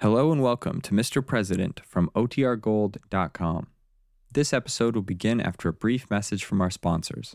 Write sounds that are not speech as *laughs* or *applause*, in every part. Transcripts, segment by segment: Hello and welcome to Mr. President from OTRGold.com. This episode will begin after a brief message from our sponsors.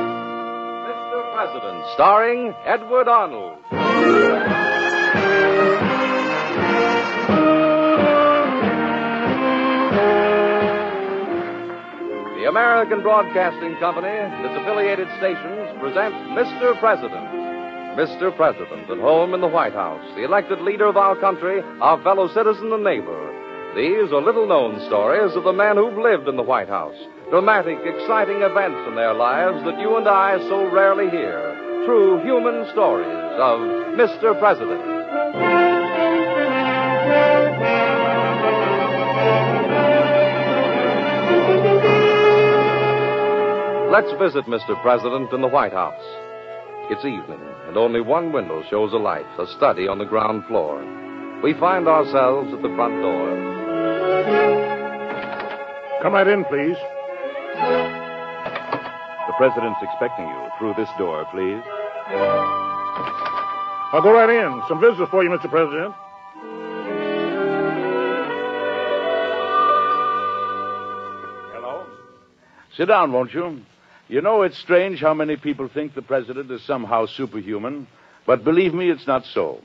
Mr. President, starring Edward Arnold. The American Broadcasting Company, and its affiliated stations, presents Mr. President. Mr. President, at home in the White House, the elected leader of our country, our fellow citizen and neighbor. These are little known stories of the men who've lived in the White House. Dramatic, exciting events in their lives that you and I so rarely hear. True human stories of Mr. President. Let's visit Mr. President in the White House. It's evening, and only one window shows a light, a study on the ground floor. We find ourselves at the front door. Come right in, please. The president's expecting you. Through this door, please. I'll go right in. Some business for you, Mr. President. Hello. Sit down, won't you? You know, it's strange how many people think the president is somehow superhuman, but believe me, it's not so.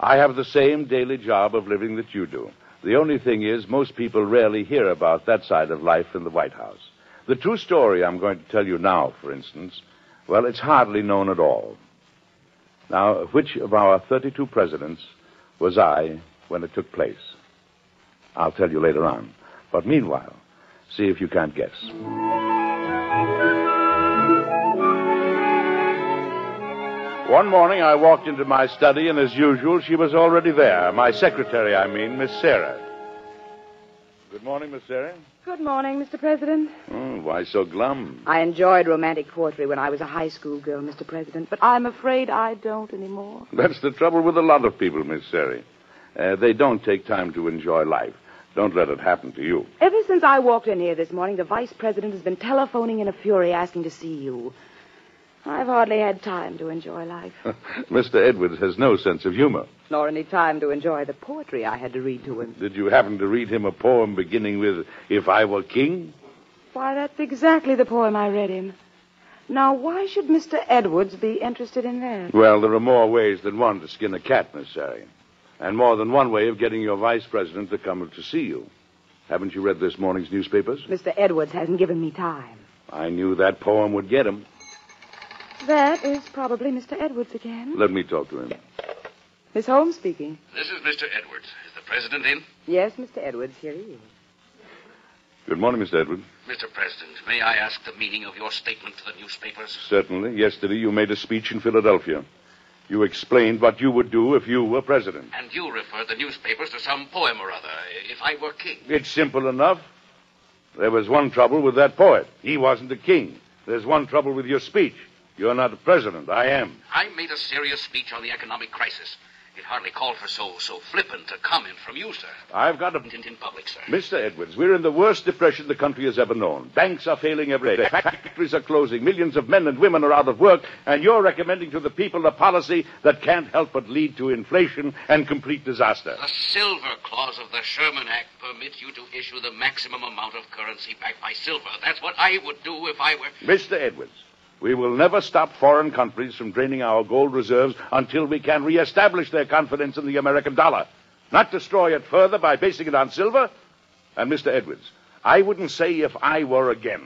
I have the same daily job of living that you do. The only thing is, most people rarely hear about that side of life in the White House. The true story I'm going to tell you now, for instance, well, it's hardly known at all. Now, which of our 32 presidents was I when it took place? I'll tell you later on. But meanwhile, see if you can't guess. One morning, I walked into my study, and as usual, she was already there. My secretary, I mean, Miss Sarah. Good morning, Miss Sarah. Good morning, Mr. President. Hmm, why so glum? I enjoyed romantic poetry when I was a high school girl, Mr. President, but I'm afraid I don't anymore. That's the trouble with a lot of people, Miss Sarah. Uh, they don't take time to enjoy life. Don't let it happen to you. *laughs* Ever since I walked in here this morning, the vice president has been telephoning in a fury asking to see you. I've hardly had time to enjoy life, Mr. Edwards has no sense of humor. nor any time to enjoy the poetry I had to read to him. Did you happen to read him a poem beginning with, If I Were King? Why, that's exactly the poem I read him. Now, why should Mr. Edwards be interested in that? Well, there are more ways than one to skin a cat, Miss Sarah. And more than one way of getting your vice president to come to see you. Haven't you read this morning's newspapers? Mr. Edwards hasn't given me time. I knew that poem would get him. That is probably Mr. Edwards again. Let me talk to him. Miss Holmes speaking. This is Mr. Edwards. Is the president in? Yes, Mr. Edwards, here he is. Good morning, Mr. Edwards. Mr. President, may I ask the meaning of your statement to the newspapers? Certainly. Yesterday you made a speech in Philadelphia. You explained what you would do if you were president. And you referred the newspapers to some poem or other, If I Were King. It's simple enough. There was one trouble with that poet. He wasn't a king. There's one trouble with your speech. You're not a president. I am. I made a serious speech on the economic crisis. It hardly called for so so flippant a comment from you, sir. I've got a. In, in public, sir. Mr. Edwards, we're in the worst depression the country has ever known. Banks are failing every day. Factories are closing. Millions of men and women are out of work. And you're recommending to the people a policy that can't help but lead to inflation and complete disaster. The silver clause of the Sherman Act permits you to issue the maximum amount of currency backed by silver. That's what I would do if I were. Mr. Edwards, we will never stop foreign countries from draining our gold reserves until we can reestablish their confidence in the American dollar, not destroy it further by basing it on silver. And, Mr. Edwards, I wouldn't say if I were again.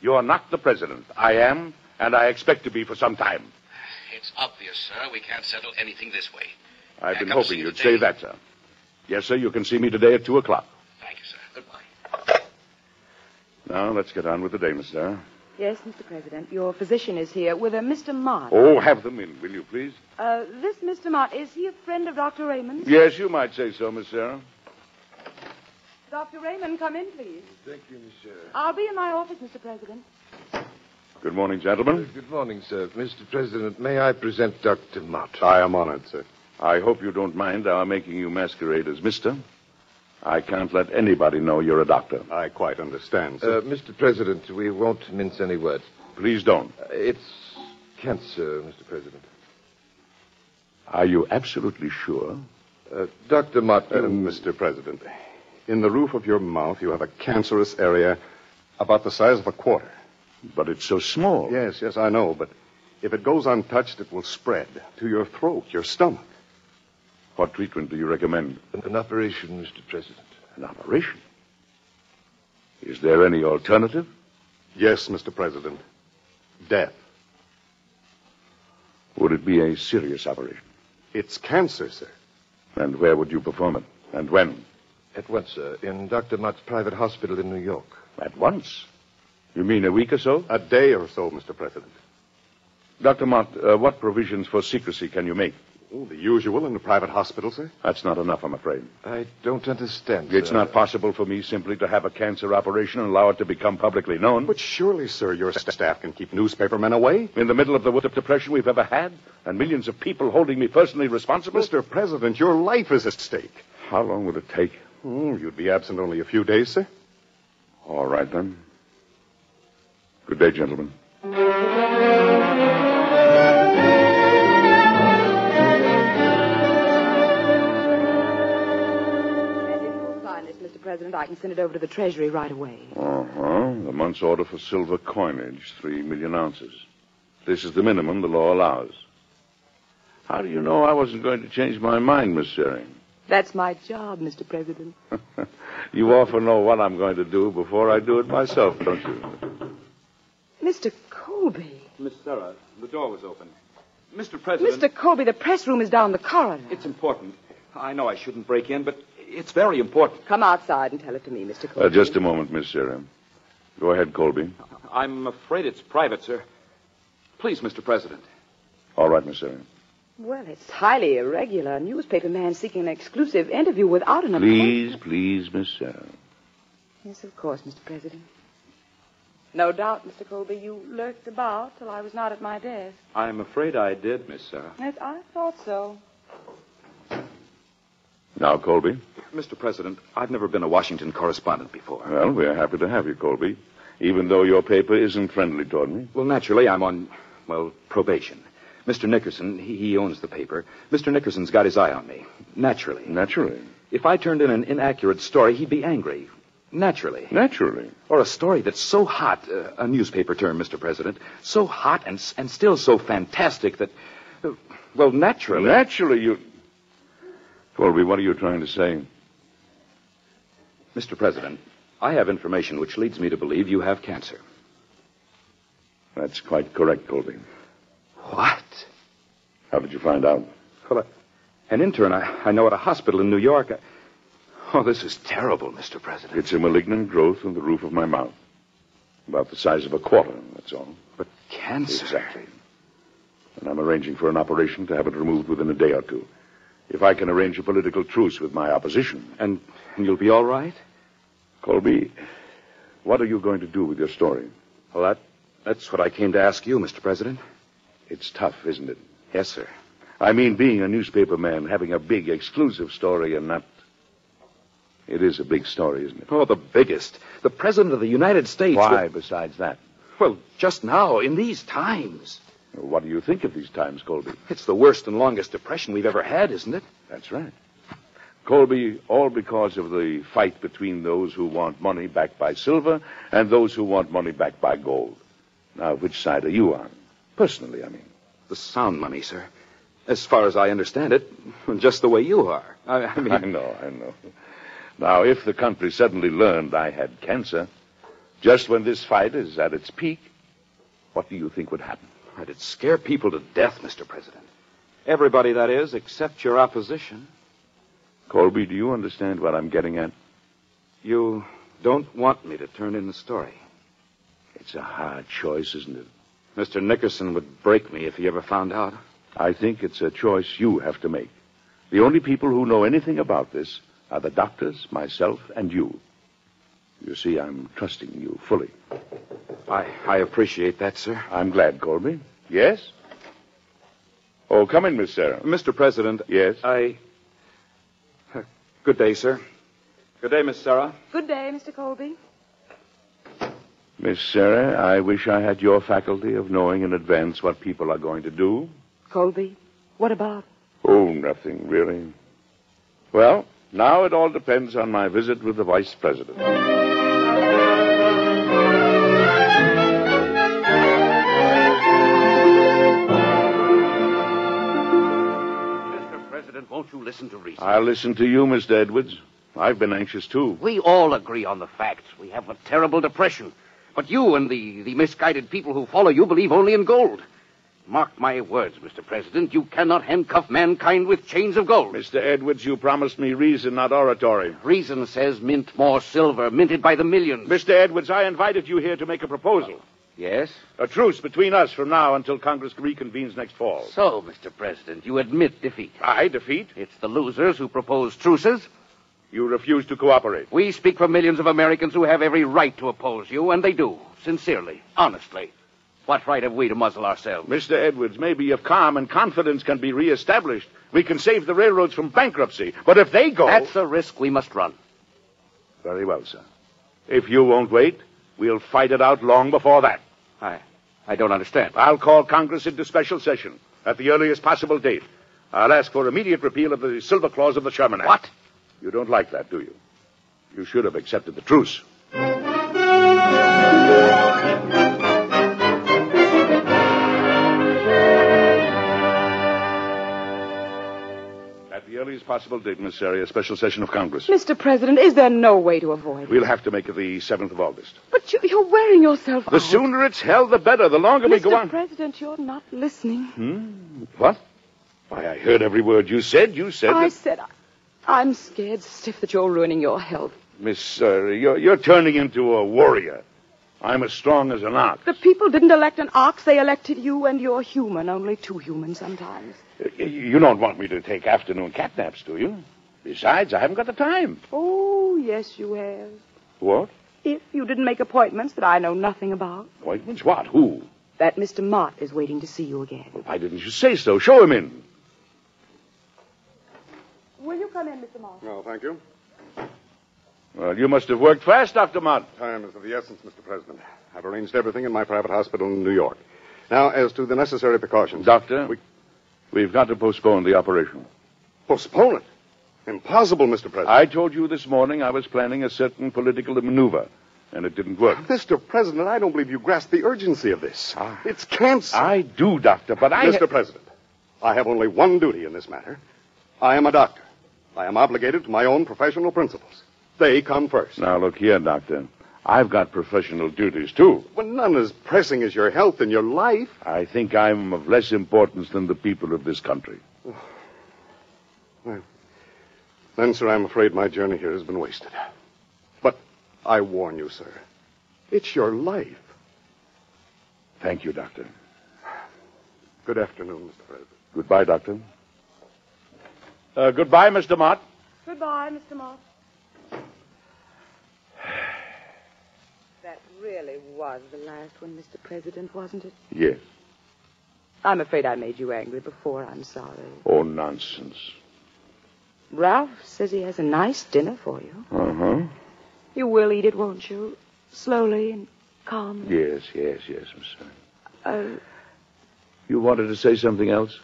You're not the president. I am, and I expect to be for some time. It's obvious, sir. We can't settle anything this way. I've Yeah, been come hoping see you'd today. say that, sir. Yes, sir, you can see me today at 2 o'clock. Thank you, sir. Goodbye. Now, let's get on with the day, Miss Sarah. Yes, Mr. President. Your physician is here with a Mr. Mott. Oh, have them in, will you, please? Uh, this Mr. Mott, is he a friend of Dr. Raymond? Yes, you might say so, Miss Sarah. Dr. Raymond, come in, please. Thank you, Miss Sarah. I'll be in my office, Mr. President. Good morning, gentlemen. Good morning, sir. Mr. President, may I present Dr. Mott? I am honored, sir. I hope you don't mind our making you masquerade as Mister. I can't let anybody know you're a doctor. I quite understand, Uh, Mr. President, we won't mince any words. Please don't. Uh, It's cancer, Mr. President. Are you absolutely sure? Uh, Dr. Mott, Uh, you- Mr. President, in the roof of your mouth, you have a cancerous area about the size of a quarter. But it's so small. Yes, yes, I know, but if it goes untouched, it will spread to your throat, your stomach. What treatment do you recommend? an operation, Mr. President. An operation. Is there any alternative? Yes, Mr. President. Death. Would it be a serious operation? It's cancer, sir. And where would you perform it? And when? At once, sir, in Dr. Mott's private hospital in New York. At once. You mean a week or so? A day or so, Mr. President. Dr. Mott, uh, what provisions for secrecy can you make? Oh, the usual in a private hospital, sir. That's not enough, I'm afraid. I don't understand. It's sir. not possible for me simply to have a cancer operation and allow it to become publicly known. But surely, sir, your st- staff can keep newspapermen away. In the middle of the worst depression we've ever had, and millions of people holding me personally responsible. Mr. President, your life is at stake. How long will it take? Oh, you'd be absent only a few days, sir. All right, then. Good day, gentlemen. And if you'll sign this, Mr. President, I can send it over to the Treasury right away. Uh huh. The month's order for silver coinage, three million ounces. This is the minimum the law allows. How do you know I wasn't going to change my mind, Miss Searing? *laughs* That's my job, Mr. President. You often know what I'm going to do before I do it myself, don't you? Mr. Colby. Miss Sarah, the door was open. Mr. President, Mr. Colby, the press room is down the corridor. it's important. I know I shouldn't break in, but it's very important. Come outside and tell it to me, Mr. Colby. Uh, just a moment, Miss Searing. Go ahead, Colby. I'm afraid it's private, sir. Please, Mr. President. All right, Miss Searing. Well, it's highly irregular. A newspaper man seeking an exclusive interview without an Please, appointment. please, Miss Searing. Yes, of course, Mr. President. No doubt, Mr. Colby, you lurked about till I was not at my desk. I'm afraid I did, Miss Sarah. Yes, I thought so. Now, Colby. Mr. President, I've never been a Washington correspondent before. Well, we're happy to have you, Colby, even though your paper isn't friendly toward me. Well, naturally, I'm on, well, probation. Mr. Nickerson, he, he owns the paper. Mr. Nickerson's got his eye on me. Naturally. Naturally. If I turned in an inaccurate story, he'd be angry. Naturally. Naturally. Or a story that's so hot, uh, a newspaper term, Mr. President, so hot and, s- and still so fantastic that, uh, well, naturally. Naturally, you. Colby, what are you trying to say? Mr. President, I have information which leads me to believe you have cancer. That's quite correct, Colby. What? How did you find out? Well, I, an intern I, I know at a hospital in New York. I- oh, this is terrible, Mr. President. It's a malignant growth in the roof of my mouth. About the size of a quarter, that's all. But cancer. Exactly. And I'm arranging for an operation to have it removed within a day or two. If I can arrange a political truce with my opposition. And, and you'll be all right? Colby, what are you going to do with your story? Well, that, that's what I came to ask you, Mr. President. It's tough, isn't it? Yes, sir. I mean, being a newspaper man, having a big, exclusive story and not. It is a big story, isn't it? Oh, the biggest. The President of the United States. Why, besides that? Well, just now, in these times. What do you think of these times, Colby? It's the worst and longest depression we've ever had, isn't it? That's right. Colby, all because of the fight between those who want money backed by silver and those who want money backed by gold. Now, which side are you on? Personally, I mean. The sound money, sir. As far as I understand it, just the way you are. I, *laughs* I *laughs* mean, I know, I know. Now, if the country suddenly learned I had cancer, just when this fight is at its peak, what do you think would happen? it'd scare people to death, Mr. President. Everybody, that is, except your opposition. Colby, do you understand what I'm getting at? You, don't want me to turn in the story. It's a hard choice, isn't it? Mr. Nickerson would break me if he ever found out. I think it's a choice you have to make. The only people who know anything about this are the doctors, myself, and you. You see, I'm trusting you fully. I, I appreciate that, sir. I'm glad, Colby. Yes? Oh, come in, Miss Sarah. Mr. President. Yes? I. uh, Good day, sir. Good day, Miss Sarah. Good day, Mr. Colby. Miss Sarah, I wish I had your faculty of knowing in advance what people are going to do. Colby, what about? Oh, nothing, really. Well, now it all depends on my visit with the Vice President. Mr. President, won't you listen to reason? I'll listen to you, Mr. Edwards. I've been anxious, too. We all agree on the facts. We have a terrible depression. But you and the, the misguided people who follow you believe only in gold. Mark my words, Mr. President, you cannot handcuff mankind with chains of gold. Mr. Edwards, you promised me reason, not oratory. Reason says mint more silver, minted by the millions. Mr. Edwards, I invited you here to make a proposal. Yes? A truce between us from now until Congress reconvenes next fall. So, Mr. President, you admit defeat. I defeat? It's the losers who propose truces. You refuse to cooperate. We speak for millions of Americans who have every right to oppose you, and they do, sincerely, honestly. What right have we to muzzle ourselves? Mr. Edwards, maybe if calm and confidence can be reestablished, we can save the railroads from bankruptcy. But if they go. That's a risk we must run. Very well, sir. If you won't wait, we'll fight it out long before that. I. I don't understand. I'll call Congress into special session at the earliest possible date. I'll ask for immediate repeal of the silver clause of the Sherman Act. What? You don't like that, do you? You should have accepted the truce. At the earliest possible date, Miss Sarah, a special session of Congress. Mr. President, is there no way to avoid it? We'll have to make it the 7th of August. But you, you're wearing yourself The out. sooner it's held, the better. The longer we go Mr. on. President, you're not listening. Hmm? What? Why, I heard every word you said. You said. I that... said I, I'm scared stiff that you're ruining your health. Miss Sarah, you're, you're turning into a warrior. I'm as strong as an ox. The people didn't elect an ox, they elected you, and you're human, only too human sometimes. You- Uh, You don't want me to take afternoon catnaps, do you? Besides, I haven't got the time. Oh, yes, you have. What? If you didn't make appointments that I know nothing about, Appointments? What? Who? that Mr. Mott is waiting to see you again. Well, why didn't you say so? Show him in. Will you come in, Mr. Mott? No, thank you. Well, you must have worked fast, Dr. Mott. Time is of the essence, Mr. President. I've arranged everything in my private hospital in New York. Now, as to the necessary precautions. Doctor, We we've got to postpone the operation. postpone it. Impossible, Mr. President. I told you this morning I was planning a certain political maneuver, and it didn't work. Mr. President, I don't believe you grasp the urgency of this. Ah. It's cancer. I do, Doctor, but I. Mr. President, I have only one duty in this matter. I am a doctor. I am obligated to my own professional principles. They come first. Now, look here, Doctor. I've got professional duties, too. Well, none as pressing as your health and your life. I think I'm of less importance than the people of this country. Then, sir, I'm afraid my journey here has been wasted. But I warn you, sir, it's your life. Thank you, Doctor. Good afternoon, Mr. President. Goodbye, Doctor. Uh, goodbye, Mr. Mott. Goodbye, Mr. Mott. *sighs* That really was the last one, Mr. President, wasn't it? Yes. I'm afraid I made you angry before. I'm sorry. Oh, nonsense. Ralph says he has a nice dinner for you. Uh huh. You will eat it, won't you? Slowly and calmly. Yes, yes, yes, Miss. Sarah. Uh, You wanted to say something else?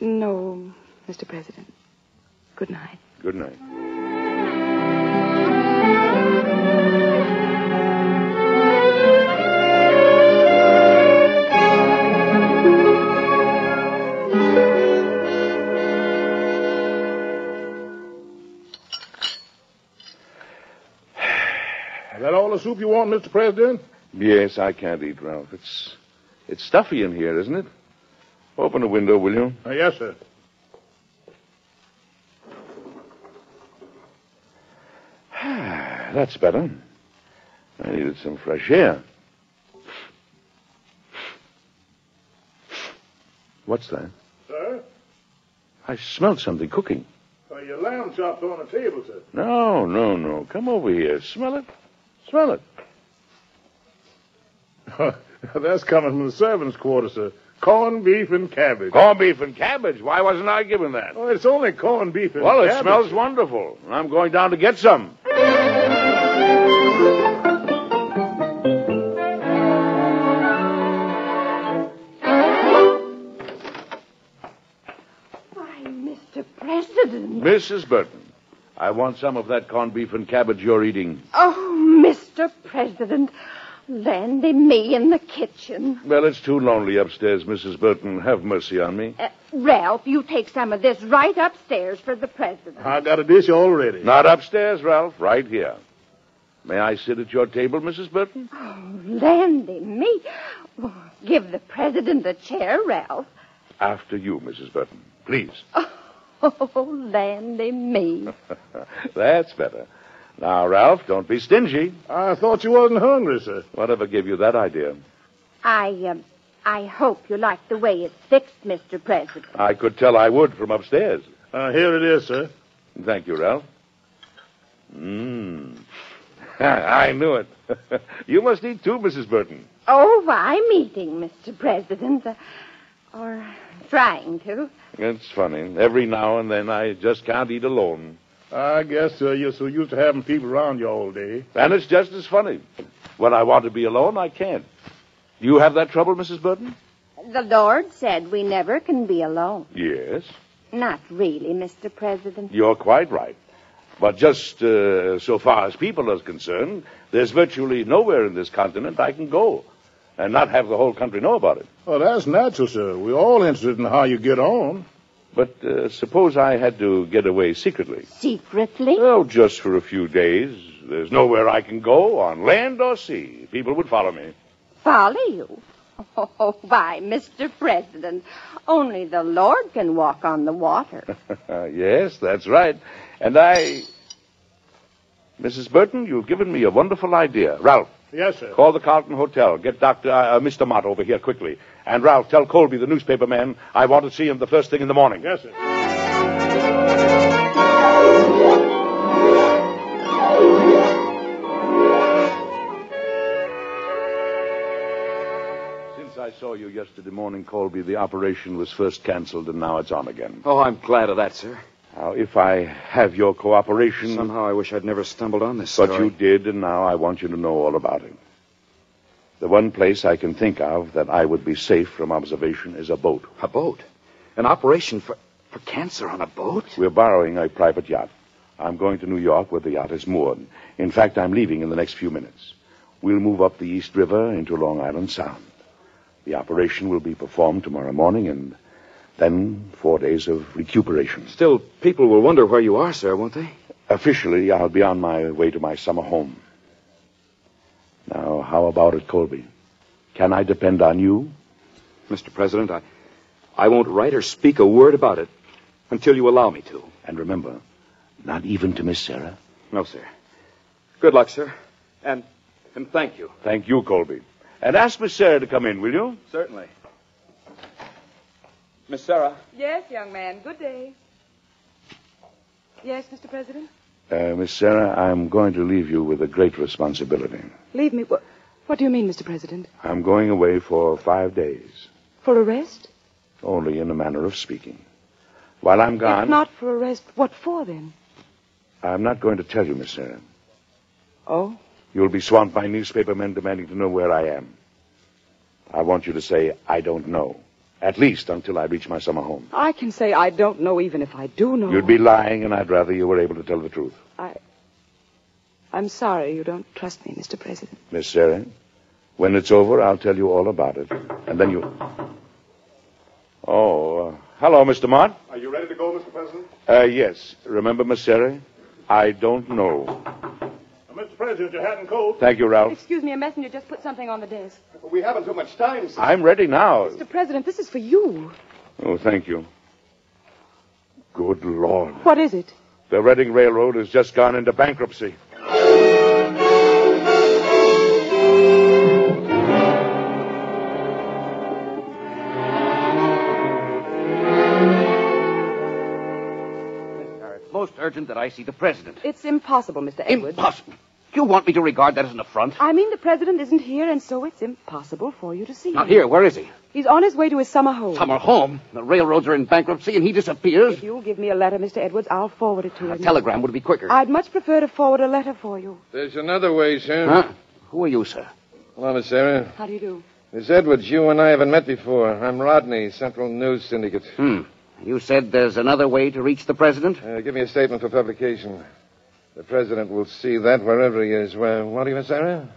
no, Mr. President. Good night. Good night. Is that all the soup you want, Mr. President? Yes, I can't eat, Ralph. It's it's stuffy in here, isn't it? Open the window, will you? Uh, yes, sir. Ah, that's better. I needed some fresh air. What's that? Sir? I smelled something cooking. Uh, your lamb chops on the table, sir. No, no, no. Come over here. Smell it. Smell it. *laughs* That's coming from the servants' quarter, sir. Corned beef and cabbage. Corned beef and cabbage. Why wasn't I given that? Oh, it's only corned beef and Well, it cabbage. smells wonderful. and I'm going down to get some. Why, Mr. President. Mrs. Burton, I want some of that corned beef and cabbage you're eating. Oh, Mr. President. Landy me in the kitchen. Well, it's too lonely upstairs, Mrs. Burton. Have mercy on me. Uh, Ralph, you take some of this right upstairs for the president. I got a dish already. Not upstairs, Ralph. Right here. May I sit at your table, Mrs. Burton? Landy me. Well, give the president the chair, Ralph. *laughs* After you, Mrs. Burton. Please. Oh, landy me. *laughs* That's better. Now, Ralph, don't be stingy. I thought you wasn't hungry, sir. Whatever gave you that idea? I, um, I hope you like the way it's fixed, Mr. President. I could tell I would from upstairs. Uh, here it is, sir. Thank you, Ralph. Mmm. *laughs* I knew it. *laughs* you must eat too, Mrs. Burton. Oh, I'm eating, Mr. President. uh, or trying to. It's funny. Every now and then I just can't eat alone. I guess, sir, you're so used to having people around you all day. And it's just as funny. When I want to be alone, I can't. Do you have that trouble, Mrs. Burton? The Lord said we never can be alone. Yes. Not really, Mr. President. You're quite right. But just uh, so far as people are concerned, there's virtually nowhere in this continent I can go and not have the whole country know about it. Oh, that's natural, sir. We're all interested in how you get on. But uh, suppose I had to get away secretly. Secretly? Oh, just for a few days. There's nowhere I can go, on land or sea. People would follow me. Follow you? Oh, why, Mr. President, only the Lord can walk on the water. *laughs* yes, that's right. And I. Mrs. Burton, you've given me a wonderful idea. Ralph, Yes, sir. Call the Carlton Hotel. Get Doctor uh, uh, Mr. Mott over here quickly. And Ralph, tell Colby, the newspaper man, I want to see him the first thing in the morning. Yes, sir. Since I saw you yesterday morning, Colby, the operation was first cancelled and now it's on again. Oh, I'm glad of that, sir. Now, if I have your cooperation. Somehow I wish I'd never stumbled on this But story. you did, and now I want you to know all about it. The one place I can think of that I would be safe from observation is a boat. A boat? An operation for, for cancer on a boat? We're borrowing a private yacht. I'm going to New York where the yacht is moored. In fact, I'm leaving in the next few minutes. We'll move up the East River into Long Island Sound. The operation will be performed tomorrow morning, and then four days of recuperation. Still, people will wonder where you are, sir, won't they? Officially, I'll be on my way to my summer home. Now, how about it, Colby? Can I depend on you? Mr. President, I, I won't write or speak a word about it until you allow me to. And remember, not even to Miss Sarah. No, sir. Good luck, sir. And, and thank you. Thank you, Colby. And ask Miss Sarah to come in, will you? Certainly. Miss Sarah. Yes, young man. Good day. Yes, Mr. President? Uh, Miss Sarah, I'm going to leave you with a great responsibility. Leave me. What, what do you mean, Mr. President? I'm going away for five days, For arrest? only in a manner of speaking. While I'm If gone, not for arrest, what for then? I'm not going to tell you, Miss Sarah. Oh? You'll be swamped by newspaper men demanding to know where I am. I want you to say, I don't know, at least until I reach my summer home. I can say I don't know even if I do know. You'd be lying, and I'd rather you were able to tell the truth. I. I'm sorry you don't trust me, Mr. President. Miss Sarah, when it's over, I'll tell you all about it. And then you. Oh, uh, hello, Mr. Mott. Are you ready to go, Mr. President? Uh, yes. Remember, Miss Sarah? I don't know. Uh, Mr. President, your hat and coat. Thank you, Ralph. Excuse me, a messenger just put something on the desk. We haven't too much time, sir. I'm ready now. Mr. President, this is for you. Oh, thank you. Good Lord. What is it? The Reading Railroad has just gone into bankruptcy. urgent that I see the president. It's impossible, Mr. Edwards. Impossible. You want me to regard that as an affront? I mean, the president isn't here, and so it's impossible for you to see Not him. here. Where is he? He's on his way to his summer home. Summer home. The railroads are in bankruptcy, and he disappears. If you'll give me a letter, Mr. Edwards, I'll forward it to A him. telegram would be quicker. I'd much prefer to forward a letter for you. There's another way, sir. Huh? Who are you, sir? Hello, Miss Sarah. How do you do? Miss Edwards, you and I haven't met before. I'm Rodney, Central News Syndicate. Hmm. You said there's another way to reach the president? Uh, give me a statement for publication. The president will see that wherever he is. Well, what do you, Miss Sarah?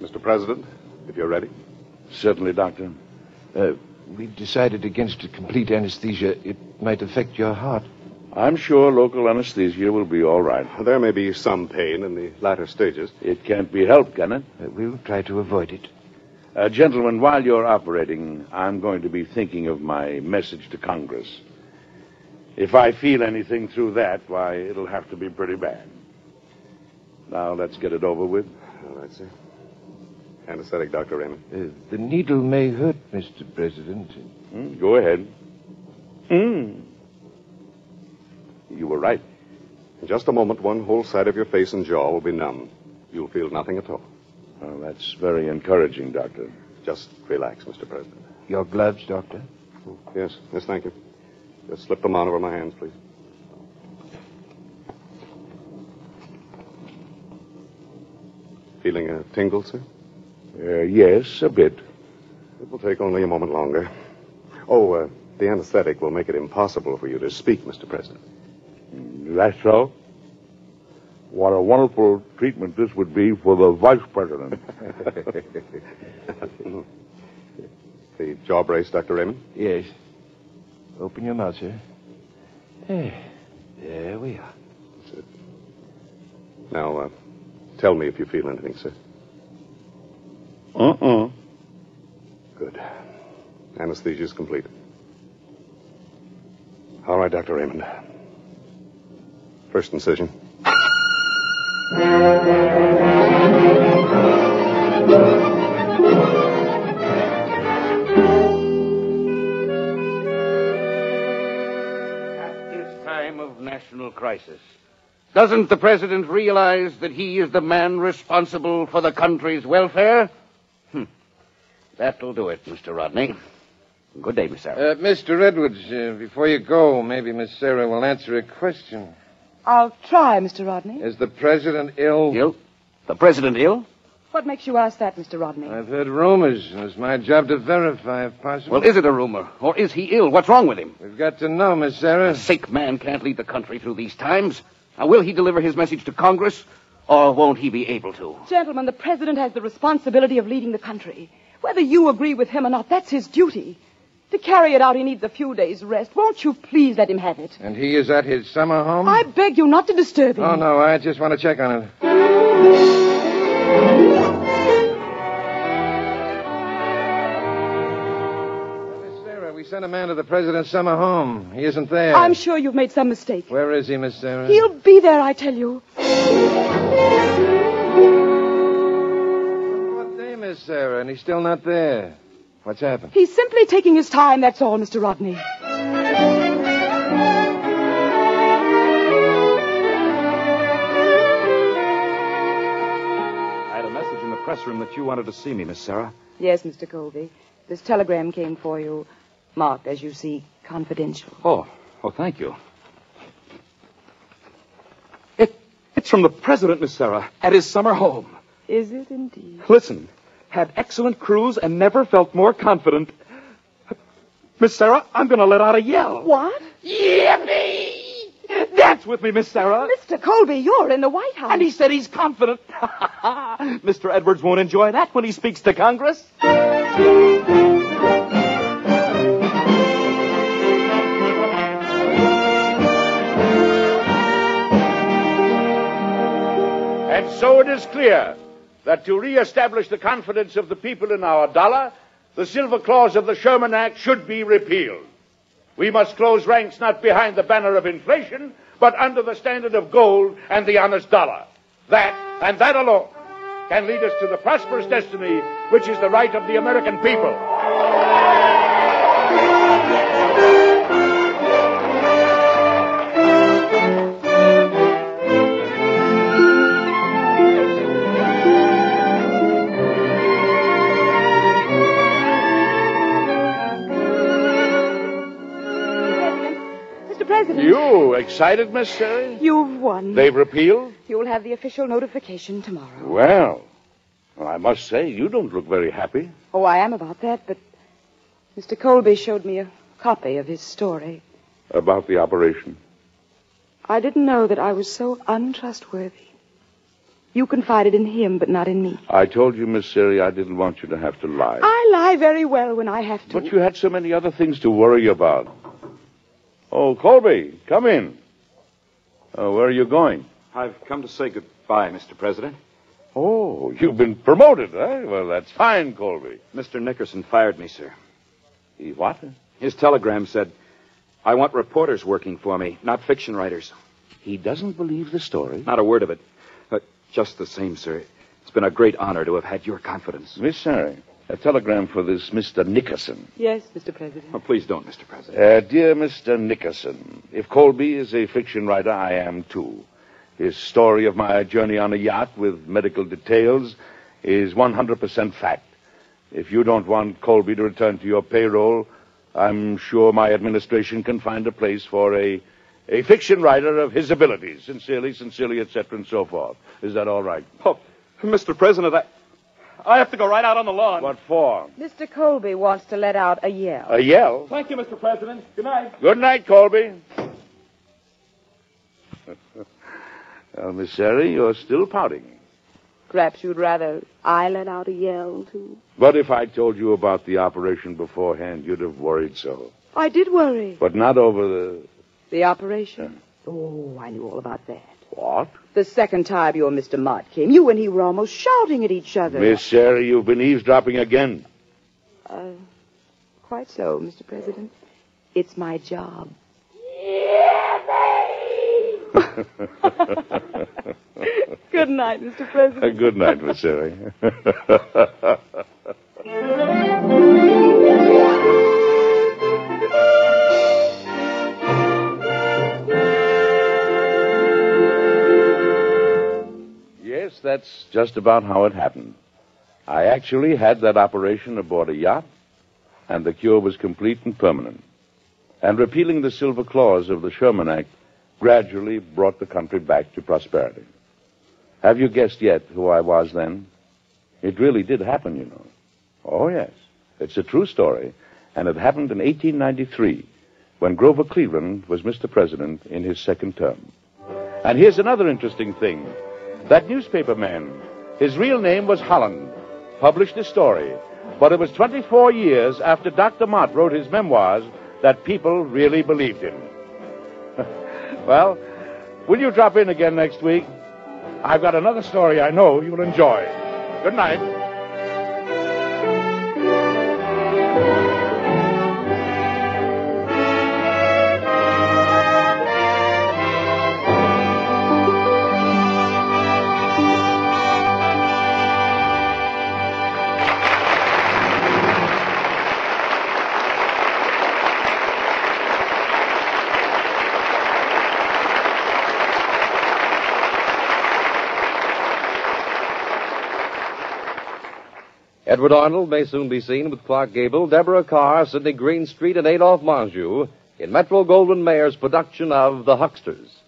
Mr. President, if you're ready. Certainly, Doctor. Uh, we've decided against a complete anesthesia. It might affect your heart. I'm sure local anesthesia will be all right. There may be some pain in the latter stages. It can't be helped, can it? Uh, we'll try to avoid it. Uh, gentlemen, while you're operating, I'm going to be thinking of my message to Congress. If I feel anything through that, why, it'll have to be pretty bad. Now, let's get it over with. All right, sir. Anesthetic, Dr. Raymond. Uh, the needle may hurt, Mr. President. Hmm, go ahead. Mm. You were right. In just a moment, one whole side of your face and jaw will be numb. You'll feel nothing at all. Well, that's very encouraging, Doctor. Just relax, Mr. President. Your gloves, Doctor? Yes, yes, thank you. Just slip them on over my hands, please. Feeling a tingle, sir? Uh, yes, a bit. It will take only a moment longer. Oh, uh, the anesthetic will make it impossible for you to speak, Mr. President. That's so. What a wonderful treatment this would be for the Vice *laughs* President. The jaw brace, Dr. Raymond? Yes. Open your mouth, sir. There. There we are. Now, uh, tell me if you feel anything, sir. Uh-uh. Good. Anesthesia is complete. All right, Dr. Raymond. First incision. This time of national crisis. Doesn't the president realize that he is the man responsible for the country's welfare? Hmm. That'll do it, Mr. Rodney. Good day, Miss Sarah. Uh, Mr. Edwards, uh, before you go, maybe Miss Sarah will answer a question. I'll try, Mr. Rodney. Is the president ill? Ill? The president ill? What makes you ask that, Mr. Rodney? I've heard rumors, and it's my job to verify if possible. Well, is it a rumor? Or is he ill? What's wrong with him? We've got to know, Miss Sarah. A sick man can't lead the country through these times. Now, will he deliver his message to Congress, or won't he be able to? Gentlemen, the president has the responsibility of leading the country. Whether you agree with him or not, that's his duty. To carry it out, he needs a few days' rest. Won't you please let him have it? And he is at his summer home? I beg you not to disturb him. Oh, no, I just want to check on it. Miss Sarah, we sent a man to the president's summer home. He isn't there. I'm sure you've made some mistake. Where is he, Miss Sarah? He'll be there, I tell you. What day, Miss Sarah? And he's still not there. What's happened? He's simply taking his time, that's all, Mr. Rodney. I had a message in the press room that you wanted to see me, Miss Sarah. Yes, Mr. Colby. This telegram came for you. Marked, as you see, confidential. Oh, oh, thank you. It, it's from the president, Miss Sarah, at his summer home. Is it indeed? Listen, had excellent cruise and never felt more confident. Miss Sarah, I'm going to let out a yell. What? Yippee! Dance with me, Miss Sarah. Mr. Colby, you're in the White House. And he said he's confident. *laughs* Mr. Edwards won't enjoy that when he speaks to Congress. And so it is clear that to reestablish the confidence of the people in our dollar, the silver clause of the Sherman Act should be repealed. We must close ranks not behind the banner of inflation, but under the standard of gold and the honest dollar. That, and that alone, can lead us to the prosperous destiny which is the right of the American people. Mr. President. You excited, Miss Terry? You've won. They've repealed? You'll have the official notification tomorrow. Well, well, I must say, you don't look very happy. Oh, I am about that, but Mr. Colby showed me a copy of his story. About the operation. I didn't know that I was so untrustworthy. You confided in him, but not in me. I told you, Miss Siri, I didn't want you to have to lie. I lie very well when I have to. But you had so many other things to worry about. Oh, Colby, come in. Uh, where are you going? I've come to say goodbye, Mr. President. Oh, you've been promoted, eh? Well, that's fine, Colby. Mr. Nickerson fired me, sir. He what? His telegram said, I want reporters working for me, not fiction writers. He doesn't believe the story. Not a word of it. But just the same, sir, it's been a great honor to have had your confidence. Miss Siri, a telegram for this Mr. Nickerson. Yes, Mr. President. Oh, please don't, Mr. President. Uh, dear Mr. Nickerson, if Colby is a fiction writer, I am too. His story of my journey on a yacht with medical details is 100% fact. If you don't want Colby to return to your payroll, I'm sure my administration can find a place for a, a fiction writer of his abilities. Sincerely, sincerely, etc., and so forth. Is that all right? Oh, Mr. President, I, I have to go right out on the lawn. What for? Mr. Colby wants to let out a yell. A yell? Thank you, Mr. President. Good night. Good night, Colby. well, Miss Sherry, you're still pouting. Perhaps you'd rather I let out a yell, too. But if I told you about the operation beforehand, you'd have worried so. I did worry. But not over the. The operation? Oh, I knew all about that. What? The second time your Mr. Mott came, you and he were almost shouting at each other. Miss Sherry, you've been eavesdropping again. Uh, quite so, Mr. President. It's my job. Good night, Mr. President. Good night, Miss Sherry. *laughs* Yes, that's just about how it happened. I actually had that operation aboard a yacht, and the cure was complete and permanent. And repealing the silver clause of the Sherman Act gradually brought the country back to prosperity. Have you guessed yet who I was then? It really did happen, you know. Oh, yes. It's a true story, and it happened in 1893 when Grover Cleveland was Mr. President in his second term. And here's another interesting thing. That newspaper man, his real name was Holland, published a story, but it was 24 years after Dr. Mott wrote his memoirs that people really believed him. *laughs* well, will you drop in again next week? I've got another story I know you'll enjoy. Good night. Edward Arnold may soon be seen with Clark Gable, Deborah Carr, Sidney Greenstreet, and Adolph Monjou in Metro Goldwyn Mayer's production of The Hucksters.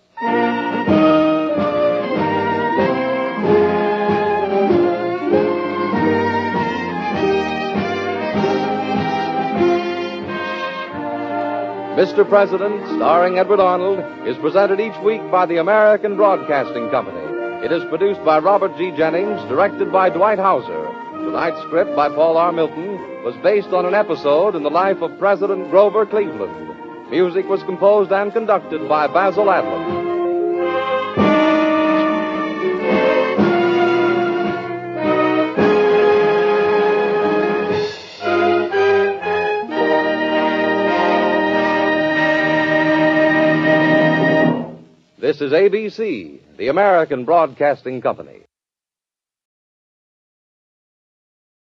Mr. President, starring Edward Arnold, is presented each week by the American Broadcasting Company. It is produced by Robert G. Jennings, directed by Dwight Hauser. Tonight's script by Paul R. Milton was based on an episode in the life of President Grover Cleveland. Music was composed and conducted by Basil Adlam. This is ABC, the American Broadcasting Company.